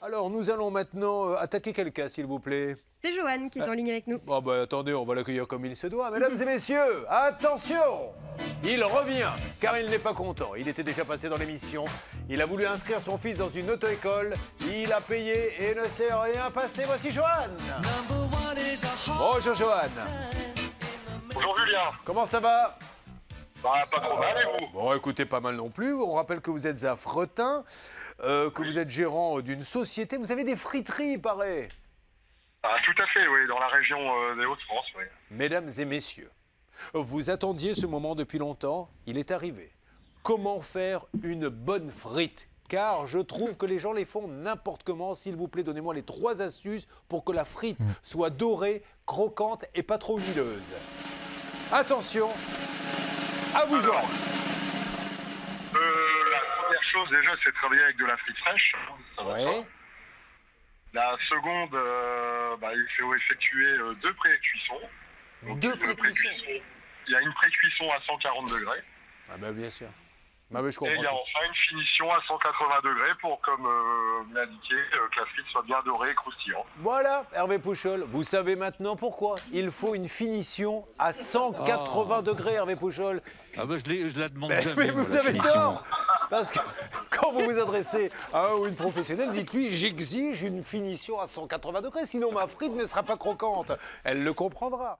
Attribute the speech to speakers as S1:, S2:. S1: Alors, nous allons maintenant euh, attaquer quelqu'un, s'il vous plaît.
S2: C'est Joanne qui est en ligne avec nous.
S1: Bon, bah attendez, on va l'accueillir comme il se doit. Mesdames et messieurs, attention Il revient, car il n'est pas content. Il était déjà passé dans l'émission. Il a voulu inscrire son fils dans une auto-école. Il a payé et ne s'est rien passé. Voici Joanne Bonjour Joanne
S3: Bonjour Julien.
S1: Comment ça va
S3: Bah pas trop mal et vous
S1: Bon, écoutez, pas mal non plus. On rappelle que vous êtes à Fretin, euh, que vous êtes gérant d'une société. Vous avez des friteries, il paraît.
S3: Ah, Tout à fait, oui, dans la région euh, des Hauts-de-France, oui.
S1: Mesdames et messieurs, vous attendiez ce moment depuis longtemps, il est arrivé. Comment faire une bonne frite Car je trouve que les gens les font n'importe comment. S'il vous plaît, donnez-moi les trois astuces pour que la frite soit dorée, croquante et pas trop huileuse. Attention À vous, Georges
S3: Euh, la première chose déjà, c'est de travailler avec de la frite fraîche. Ça va
S1: Ouais.
S3: pas. La seconde, euh, bah, il faut effectuer euh, deux pré-cuissons. Donc,
S1: Deux
S3: une
S1: pré-cuissons.
S3: pré-cuisson- Il y a une pré-cuisson à 140 degrés
S1: Ah ben, bien sûr. Ah ben, je
S3: et il y a
S1: comprends.
S3: enfin une finition à 180 degrés pour, comme euh, vous l'indiquez, euh, que la frite soit bien dorée et croustillante.
S1: Voilà, Hervé Pouchol, vous savez maintenant pourquoi. Il faut une finition à 180 degrés, Hervé Pouchol.
S4: Ah bah je, l'ai- je la demande
S1: Mais,
S4: jamais.
S1: mais
S4: moi,
S1: vous
S4: la
S1: avez
S4: finition.
S1: tort Parce que quand vous vous adressez à un ou une professionnelle, dites-lui j'exige une finition à 180 degrés, sinon ma frite ne sera pas croquante. Elle le comprendra.